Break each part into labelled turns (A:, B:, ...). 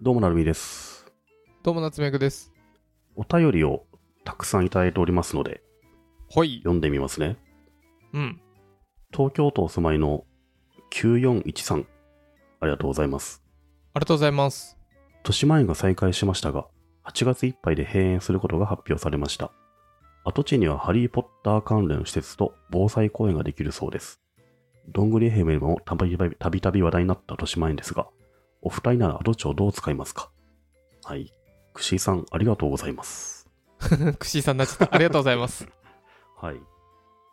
A: どうもなるみです。
B: どうも、夏目くです。
A: お便りをたくさんいただいておりますので、
B: ほい。
A: 読んでみますね。
B: うん。
A: 東京都お住まいの9413さん、ありがとうございます。
B: ありがとうございます。
A: 豊島園が再開しましたが、8月いっぱいで閉園することが発表されました。跡地にはハリー・ポッター関連施設と防災公園ができるそうです。どんぐりヘムでもたびたびたびたび話題になった豊島園ですが、お二人なら跡地をどう使いますかはい。串井さん、ありがとうございます。
B: くしーさんになっちゃった。ありがとうございます。
A: はい。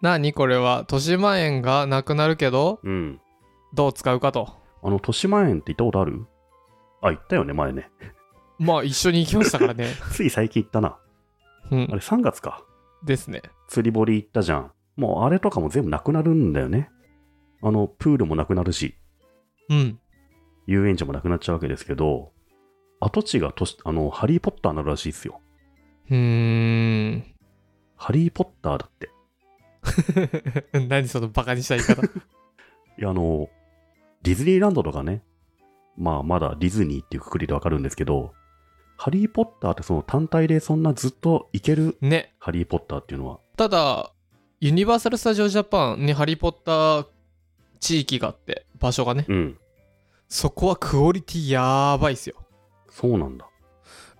B: なにこれは、豊島園がなくなるけど、
A: うん。
B: どう使うかと。
A: あの、豊島園って行ったことあるあ、行ったよね、前ね。
B: まあ、一緒に行きましたからね。
A: つい最近行ったな。あ
B: う
A: れ、
B: ん。
A: 3月か。
B: ですね。
A: 釣り堀行ったじゃん。もうあれとかも全部なくなるんだよね。あの、プールもなくなるし、
B: うん。
A: 遊園地もなくなっちゃうわけですけど、跡地がとし、あの、ハリー・ポッターになるらしいですよ。
B: うーん。
A: ハリー・ポッターだって。
B: 何そのバカにした言い方。
A: いや、あの、ディズニーランドとかね、まあ、まだディズニーっていうくくりでわかるんですけど、ハリー・ポッターってその単体でそんなずっと行ける
B: ね。
A: ハリー・ポッターっていうのは、
B: ただ、ユニバーサル・スタジオ・ジャパンにハリー・ポッター地域があって、場所がね。
A: うん、
B: そこはクオリティやばいっすよ。
A: そうなんだ。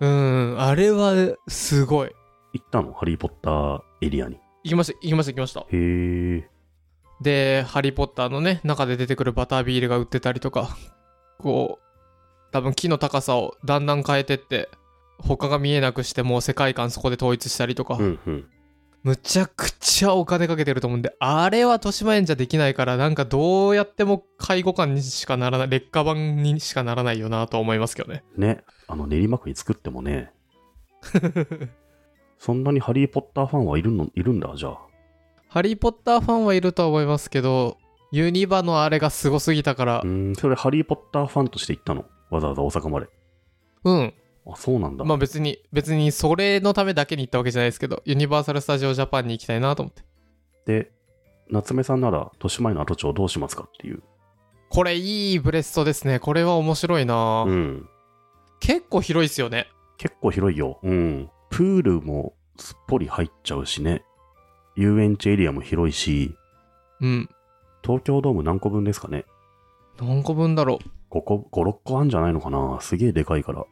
B: うん。あれは、すごい。
A: 行ったのハリー・ポッターエリアに。
B: 行きました、行きました、行きました。
A: へえ。
B: で、ハリー・ポッターのね、中で出てくるバタービールが売ってたりとか、 こう、多分木の高さをだんだん変えてって、他が見えなくしてもう世界観そこで統一したりとか、
A: うんうん。
B: むちゃくちゃお金かけてると思うんで、あれは豊島園じゃできないから、なんかどうやっても介護官にしかならない、劣化版にしかならないよなとは思いますけどね。
A: ね、あの練馬区に作ってもね、そんなにハリー・ポッターファンはいるのいるんだ、じゃあ。
B: ハリー・ポッターファンはいるとは思いますけど、ユニバのあれがすごすぎたから
A: う、ーん、それハリー・ポッターファンとして行ったのわざわざ大阪まで。
B: うん、
A: あ、そうなんだ。
B: まあ別に別にそれのためだけに行ったわけじゃないですけどユニバーサル・スタジオ・ジャパンに行きたいなと思って
A: で、夏目さんなら、豊島園の跡地をどうしますかっていう。
B: これいいブレストですねこれは面白いな、
A: うん。
B: 結構広いっすよね
A: 結構広いよ。うん。プールもすっぽり入っちゃうしね。遊園地エリアも広いし、
B: うん
A: 東京ドーム何個分ですかね
B: 何個分だろう
A: 5個、5、6個あんじゃないのかなすげえでかいから。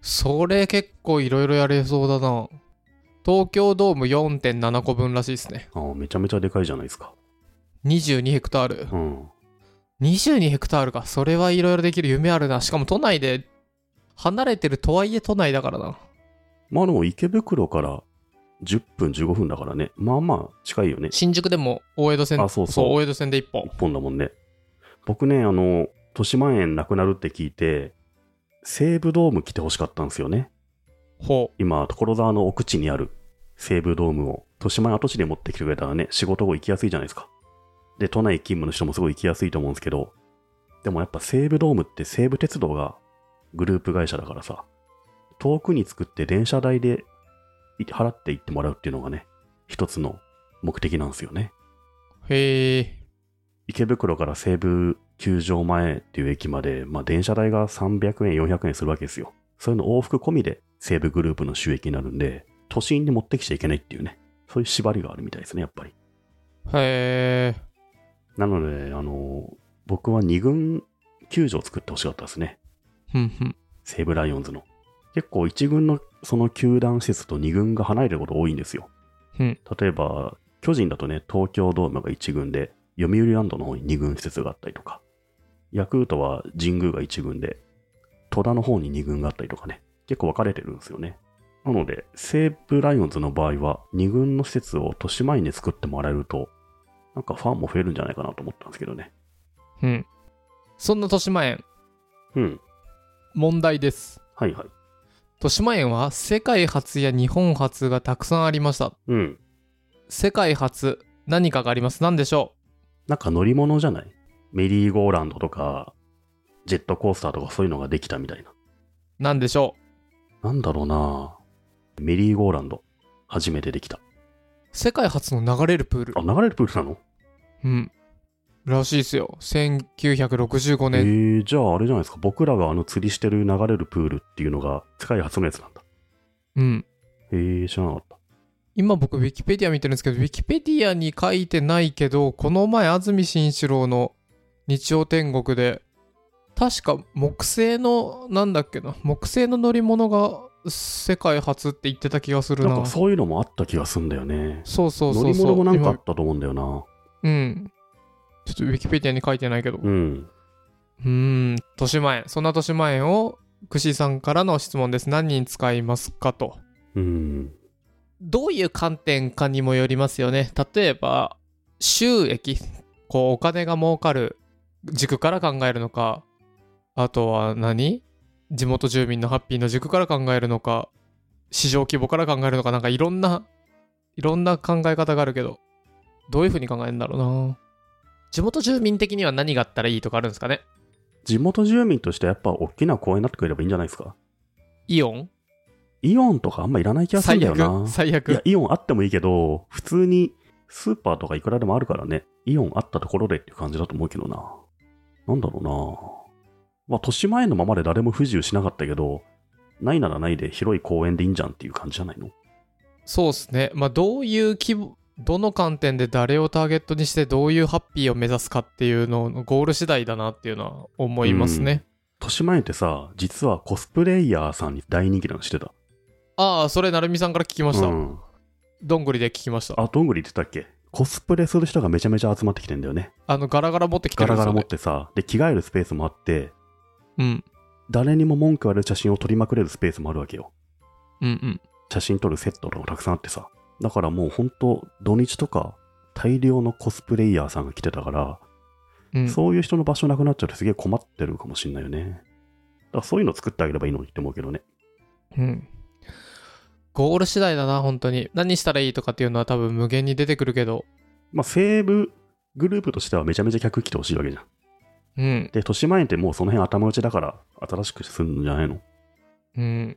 B: それ結構いろいろやれそうだな東京ドーム4.7個分らしいですね
A: ああ、めちゃめちゃでかいじゃないですか。
B: 22ヘクタール
A: うん。
B: 22ヘクタールかそれはいろいろできる夢あるなしかも都内で離れてるとはいえ都内だからな
A: まあでも池袋から10分15分だからね。まあまあ近いよね。
B: 新宿でも大江戸線
A: あそうそう
B: 大江戸線で1本
A: 一本だもんね。僕ね、あの、豊島園なくなるって聞いて、西武ドーム来てほしかったんですよね。
B: ほ
A: 今、所沢の奥地にある西武ドームを豊島園跡地で持ってきてくれたらね、仕事後行きやすいじゃないですか。で、都内勤務の人もすごい行きやすいと思うんですけど、でもやっぱ西武ドームって西武鉄道がグループ会社だからさ、遠くに作って電車代でい払って行ってもらうっていうのがね、一つの目的なんですよね。
B: うへえ
A: 池袋から西武球場前っていう駅まで、まあ電車代が300円、400円するわけですよ。そういうの往復込みで西武グループの収益になるんで、都心に持ってきちゃいけないっていうね、そういう縛りがあるみたいですね、やっぱり。
B: へえ
A: なので、あの、僕は2軍球場を作ってほしかったですね。
B: ふんふん。
A: 西武ライオンズの。結構1軍のその球団施設と2軍が離れること多いんですよ。
B: うん
A: 例えば、巨人だとね、東京ドームが1軍で、読売ランドの方に2軍施設があったりとか、ヤクルトは神宮が1軍で、戸田の方に2軍があったりとかね、結構分かれてるんですよね。なので、西武ライオンズの場合は、2軍の施設を豊島園に作ってもらえると、なんかファンも増えるんじゃないかなと思ったんですけどね。
B: うん。そんな豊島園、
A: うん。
B: 問題です。
A: はいはい。
B: 豊島園は世界初や日本初がたくさんありました。
A: うん。
B: 世界初、何かがあります。何でしょ
A: なんか乗り物じゃないメリーゴーランドとか、ジェットコースターとかそういうのができたみたいな。
B: う何でしょう
A: なんだろうなメリーゴーランド。初めてできた。
B: 世界初の流れるプール
A: あ、。流れるプールなの
B: うん。らしいですよ。1965
A: え
B: 年。
A: ー、じゃああれじゃないですか。僕らがあの釣りしてる流れるプールっていうのが世界初のやつなんだ。
B: うん。
A: えー、知らなかった。
B: 今僕、ウィキペディア見てるんですけど、ウィキペディアに書いてないけど、この前、安住紳一郎の日曜天国で、確か木製の、なんだっけな、木製の乗り物が世界初って言ってた気がするな。
A: なんかそういうのもあった気がすんだよね。
B: そうそう
A: 乗
B: そう
A: り
B: そう。
A: 物もなんかあったと思うんだよな。
B: 今うん。ちょっとウィキペディアに書いてないけど。う
A: うん。
B: ーん、豊島園。そんな豊島園を、くしさんからの質問です。何人使いますかと。
A: うん。
B: どういう観点かにもよりますよね。例えば、収益、こう、お金が儲かる軸から考えるのか、あとは何地元住民のハッピーの軸から考えるのか、市場規模から考えるのか、なんかいろんな、いろんな考え方があるけど、どういうふうに考えるんだろうな。地元住民的には何があったらいいとかあるんですかね
A: 地元住民としてやっぱ大きな公園になってくれればいいんじゃないですか。
B: イオン
A: イオンとかあんまいらない気がするん
B: 最
A: だよな
B: 悪。最
A: いや
B: 悪、
A: イオンあってもいいけど、普通にスーパーとかいくらでもあるからね、イオンあったところでっていう感じだと思うけどな。なんだろうな。まあ、年前のままで誰も不自由しなかったけど、ないならないで広い公園でいいんじゃんっていう感じじゃないの
B: そうですね。まあ、どういう規模、どの観点で誰をターゲットにしてどういうハッピーを目指すかっていうののゴール次第だなっていうのは思いますね。
A: 年前ってさ、実はコスプレイヤーさんに大人気なのしてた。
B: ああ、それ、なるみさんから聞きました。
A: うん。
B: どんぐりで聞きました。あ
A: あ、どんぐり言ってたっけコスプレする人がめちゃめちゃ集まってきてんだよね。
B: の、ガラガラ持ってきて
A: ガラ
B: るんで
A: ガ
B: す
A: ラ
B: よ、
A: 持
B: ね
A: っ。てさ、で、着替えるスペースもあって、
B: うん。
A: 誰にも文句言われる写真を撮りまくれるスペースもあるわけよ。
B: うんうん。
A: 写真撮るセットとかもたくさんあってさ。だからもう本当土日とか大量のコスプレイヤーさんが来てたから、
B: うん、
A: そういう人の場所なくなっちゃってすげえ困ってるかもしんないよね。だからそういうの作ってあげればいいのにって思うけどね。
B: うん。ゴール次第だな、本当に。何したらいいとかっていうのは多分無限に出てくるけど。
A: まあ西武グループとしてはめちゃめちゃ客来てほしいわけじゃん。
B: うん。
A: で、豊島園ってもうその辺頭打ちだから新しくするんじゃないの
B: うん。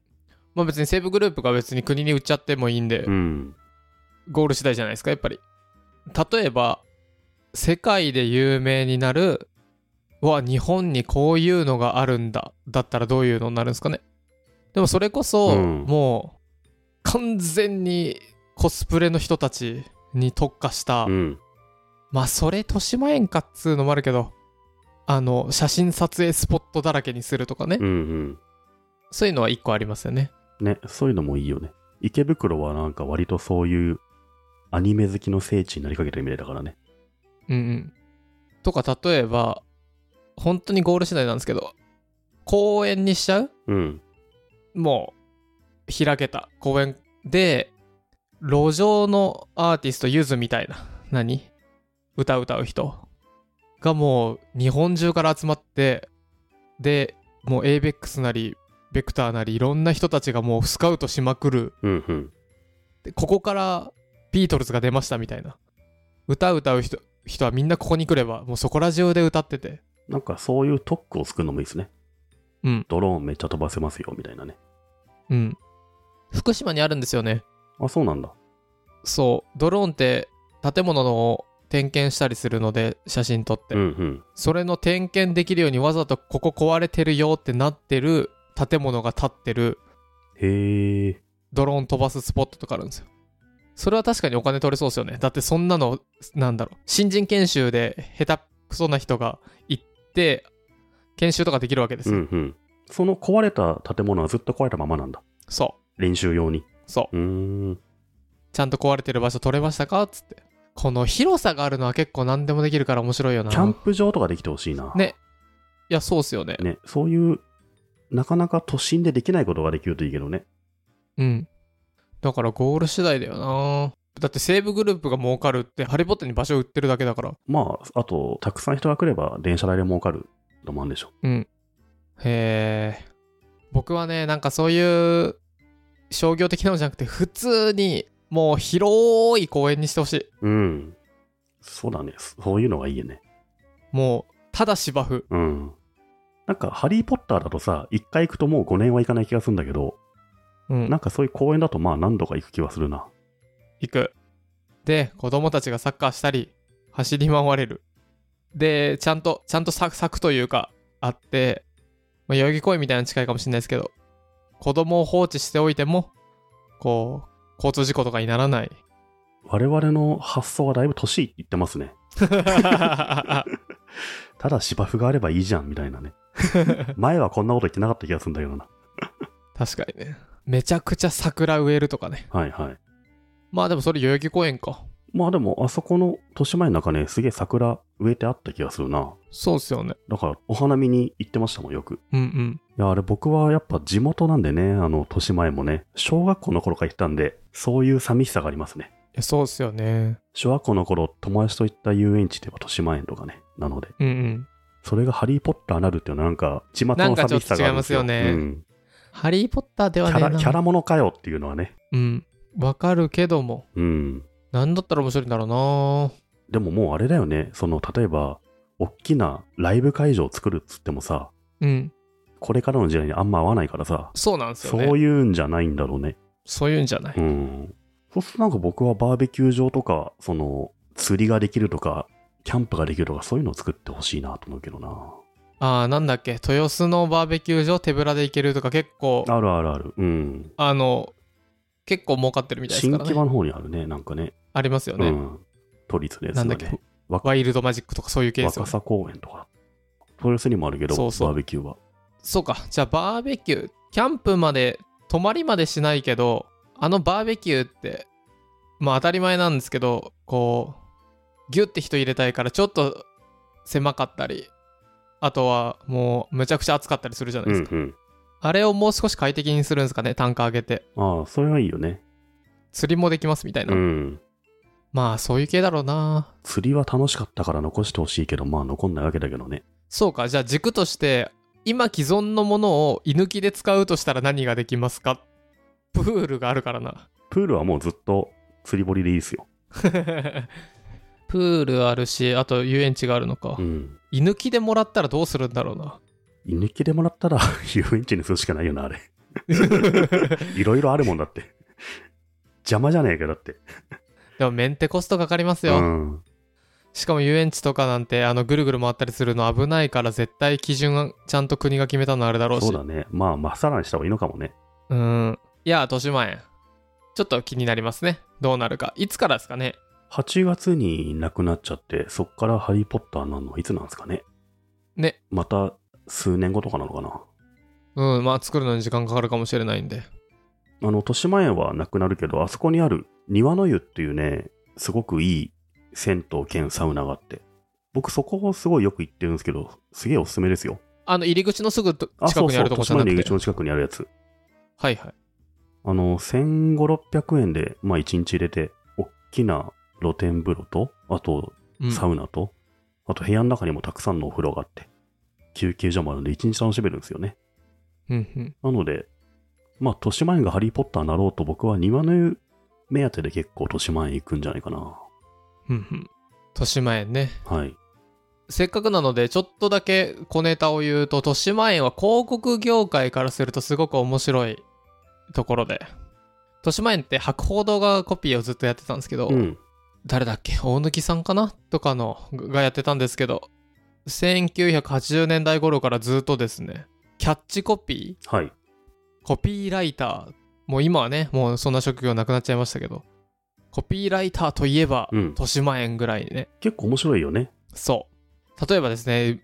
B: まあ別に西武グループが別に国に売っちゃってもいいんで。
A: うん。
B: ゴール次第じゃないですかやっぱり例えば世界で有名になるは日本にこういうのがあるんだだったらどういうのになるんですかねでもそれこ
A: う
B: そ、
A: ん
B: もう完全にコスプレの人たちに特化した、
A: うん。
B: まあそれ豊島園かっつうのもあるけどあの写真撮影スポットだらけにするとかね、
A: うんうん。
B: そういうのは一個ありますよね
A: ね、そういうのもいいよね。池袋はなんか割とそういうアニメ好きの聖地になりかけてるみたいだからね。
B: うんうん。とか例えば本当にゴール次第なんですけど公園にしちゃう
A: うん。
B: もう開けた公園で路上のアーティストゆずみたいな何歌歌う人がもう日本中から集まってでもう ABEX なりベクターなりいろんな人たちがもうスカウトしまくる
A: うんうん。
B: でここからビートルズが出ましたみたいな歌歌う人人はみんなここに来ればもうそこら中で歌ってて
A: なんかそういう特区を作るのもいいですね。
B: うん
A: ドローンめっちゃ飛ばせますよ、みたいなね。
B: うん福島にあるんですよね
A: あ、そうなんだ。
B: そうドローンって建物の点検したりするので写真撮って、
A: うんうん。
B: それの点検できるようにわざとここ壊れてるよってなってる建物が建ってる
A: へえ。
B: ドローン飛ばすスポットとかあるんですよそれは確かにお金取れそうですよねだってそんなのなんだろう新人研修で下手くそな人が行って研修とかできるわけです
A: う
B: よ、
A: んうん。その壊れた建物はずっと壊れたままなんだ。
B: そ
A: 練習用に。
B: うそう
A: うーん。
B: ちゃんと壊れてる場所取れましたかっつってこの広さがあるのは結構何でもできるから面白いよな
A: キャンプ場とかできてほしいな。
B: ねいやそうっすよね
A: ね。そういう、なかなか都心でできないことができるといいけどね。
B: うん。だからゴール次第だよな。だって西武グループが儲かるってハリポッタに場所売ってるだけだから。
A: まあ、あと、たくさん人が来れば電車代で儲かるのもあるんでしょ。
B: へえ。僕はね、なんかそういう商業的なのじゃなくて、普通にもう広い公園にしてほしい。
A: うん。そうだね。そういうのがいいよね。
B: もう、ただ芝生。
A: うん。なんか、ハリー・ポッターだとさ、一回行くともう5年は行かない気がするんだけど、
B: うん。
A: なんかそういう公園だとまあ何度か行く気はするな。
B: 行く。で、子供たちがサッカーしたり、走り回れる。で、ちゃんと、ちゃんと柵柵というか、あって、まあ、代々木公園みたいなの近いかもしれないですけど、子供を放置しておいても、こう、交通事故とかにならない。
A: 我々の発想はだいぶ年いって言ってますね。ただ芝生があればいいじゃん、みたいな ね。前はこんなこと言ってなかった気がするんだけどな。
B: 確かにね。めちゃくちゃ桜植えるとかね。
A: はいはい。
B: まあでもそれ代々木公園か。
A: まあでも、あそこの豊島園の中ね、すげえ桜植えてあった気がするな。
B: そうっすよね。
A: だから、お花見に行ってましたもん、よく。
B: うんうん。
A: いや、あれ僕はやっぱ地元なんでね、あの、豊島園もね、小学校の頃から行ってたんで、そういう寂しさがありますね。
B: いやそうっすよね。
A: 小学校の頃、友達と行った遊園地といえば豊島園とかね、なので、
B: うんうん。
A: それがハリー・ポッターなるっていうのはなんか、地元の寂しさがあるんですよ。
B: なんかちょっと違いますよね
A: うん
B: ハリー・ポッターでは
A: キ
B: ねえ
A: ャ
B: な。
A: ラ、キャラものかよっていうのはね。
B: うん。わかるけども、
A: うん。
B: なんだったら面白いんだろうな
A: でももうあれだよね、その、例えば、大きなライブ会場を作るっつってもさ、
B: うん。
A: これからの時代にあんま合わないからさ、
B: そうなんですよね。
A: そういうんじゃないんだろうね。
B: そういうんじゃない。
A: うん。そうするとなんか僕はバーベキュー場とか、その、釣りができるとか、キャンプができるとか、そういうのを作ってほしいなと思うけどな。
B: ああ、なんだっけ、豊洲のバーベキュー場手ぶらで行けるとか結構、あ
A: あるあるある。うん。
B: の、結構儲かってるみたいです
A: 新
B: から
A: 木
B: ね。
A: 場の方にあるね、なんかね。
B: ありますよ
A: う
B: ね、
A: ん。都立のやつ
B: なんだ
A: が
B: っ
A: ね
B: け
A: わ
B: ワイルドマジックとかそういう系ですよ
A: 若
B: ね。
A: 狭公園とか。豊洲にもあるけど、
B: そうそう
A: バーベキューは。
B: そうか、じゃあバーベキュー、キャンプまで、泊まりまでしないけど、あのバーベキューって、まあ当たり前なんですけど、こう、ギュッて人入れたいから、ちょっと狭かったり、あとはもう、むちゃくちゃ暑かったりするじゃないうで
A: ん
B: すか。
A: うん。
B: あれをもう少し快適にするんですかね、単価上げて。
A: ああ、それはいいよね。
B: 釣りもできますみたいな。
A: うん。
B: まあそういう系だろうな
A: 釣りは楽しかったから残してほしいけど、まあ残んないわけだけどね。
B: そうかじゃあ軸として今既存のものを居抜きで使うとしたら何ができますかプールがあるからな
A: プールはもうずっと釣り堀でいいですよ。
B: プールあるしあと遊園地があるのか、
A: うん。
B: 居抜きでもらったらどうするんだろうな
A: 居抜きでもらったら 遊園地にするしかないよな、あれ。いろいろあるもんだって。邪魔じゃねえか、だって。
B: でもメンテコストかかります
A: う
B: よ、
A: ん。
B: しかも遊園地とかなんてあのぐるぐる回ったりするの危ないから絶対基準ちゃんと国が決めたのあれだろうし
A: そうだね。まあ、まっさらにした方がいいのかもね。
B: うんいや豊島園ちょっと気になりますねどうなるかいつからですかね
A: 8月に亡くなっちゃって、そっからハリー・ポッターなのいつなんですかね。
B: ね。
A: また数年後とかなのかな。
B: うん、まあ作るのに時間かかるかもしれないんで。
A: あの、豊島園はなくなるけど、あそこにある庭の湯っていうね、すごくいい銭湯兼サウナがあって、僕そこをすごいよく行ってるんですけど、すげえおすすめですよ。
B: あの、入り口のすぐと
A: あ、
B: 近
A: そ
B: く
A: う
B: に
A: そ
B: あ
A: う、
B: るとこ
A: 豊
B: じ
A: 島
B: ゃな
A: 園の
B: く
A: 入り
B: て。
A: 口の近くにあるやつ。
B: はいはい。
A: あの、1500、600円で、まあ1日入れて、おっきな露天風呂と、あと
B: うん、
A: サウナと、あと部屋の中にもたくさんのお風呂があって、休憩所もあるんで1日楽しめるんですよね。
B: うんうん。
A: なので、まあ、豊島園がハリー・ポッターになろうと僕は庭の湯目当てで結構豊島園行くんじゃないかな。
B: うんうん。豊島園ね。
A: はい。
B: せっかくなので、ちょっとだけ小ネタを言うと、豊島園は広告業界からするとすごく面白いところで。豊島園って博報堂がコピーをずっとやってたんですけど、
A: うん。
B: 誰だっけ大貫さんかなとかのががやってたんですけど1980年代頃からずっとですねキャッチコピー
A: はい。
B: コピーライターもう今はねもうそんな職業なくなっちゃいましたけどコピーライターといえば、
A: うん。
B: 豊島園ぐらいね
A: 結構面白いよね。
B: そう例えばですね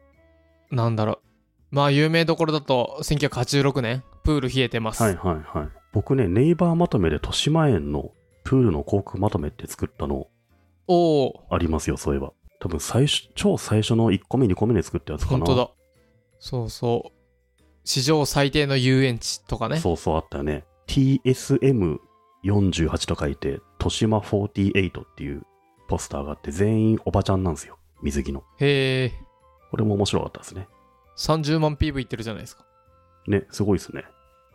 B: なんだろうまあ有名どころだと1986年プール冷えてます、
A: はいはいはい。僕ね、ネイバーまとめで豊島園のプールの航空まとめって作ったの
B: おお
A: ありますよ、そういえば。多分最初、超最初の1個目、2個目で作ったやつかな。
B: 本当だそうそう史上最低の遊園地とかね
A: そうそう、あったよね。TSM48 と書いて、豊島48っていうポスターがあって、全員おばちゃんなんですよ。水着の。
B: へえ
A: これも面白かったですね。
B: 30万 PV いってるじゃないですか
A: ね、すごいですね。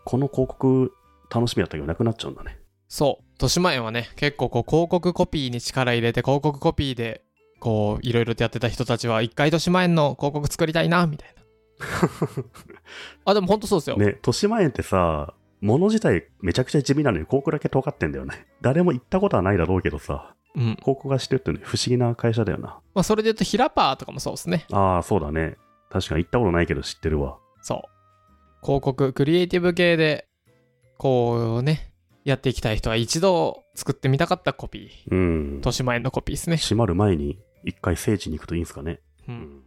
A: この広告、楽しみだったけど、なくなっちゃうんだね。
B: そう豊島園はね結構こう広告コピーに力入れて広告コピーでこういろいろとやってた人たちは一回豊島園の広告作りたいなみ たいなあでもほんとそうですよ、
A: ね、豊島園ってさ、物自体めちゃくちゃ地味なのに広告だけ尖ってんだよね。誰も行ったことはないだろうけどさ、
B: うん。
A: 考古がしてるってね、不思議な会社だよな。
B: まあ、それで言うと、ヒラパーとかもそうですね。
A: ああ、そうだね。確かに行ったことないけど知ってるわ。
B: そう。広告、クリエイティブ系で、こうね、やっていきたい人は一度作ってみたかったコピー。
A: うん。
B: 豊島園のコピーですね。
A: 閉まる前に一回聖地に行くといいんすかね。
B: う。
A: うんん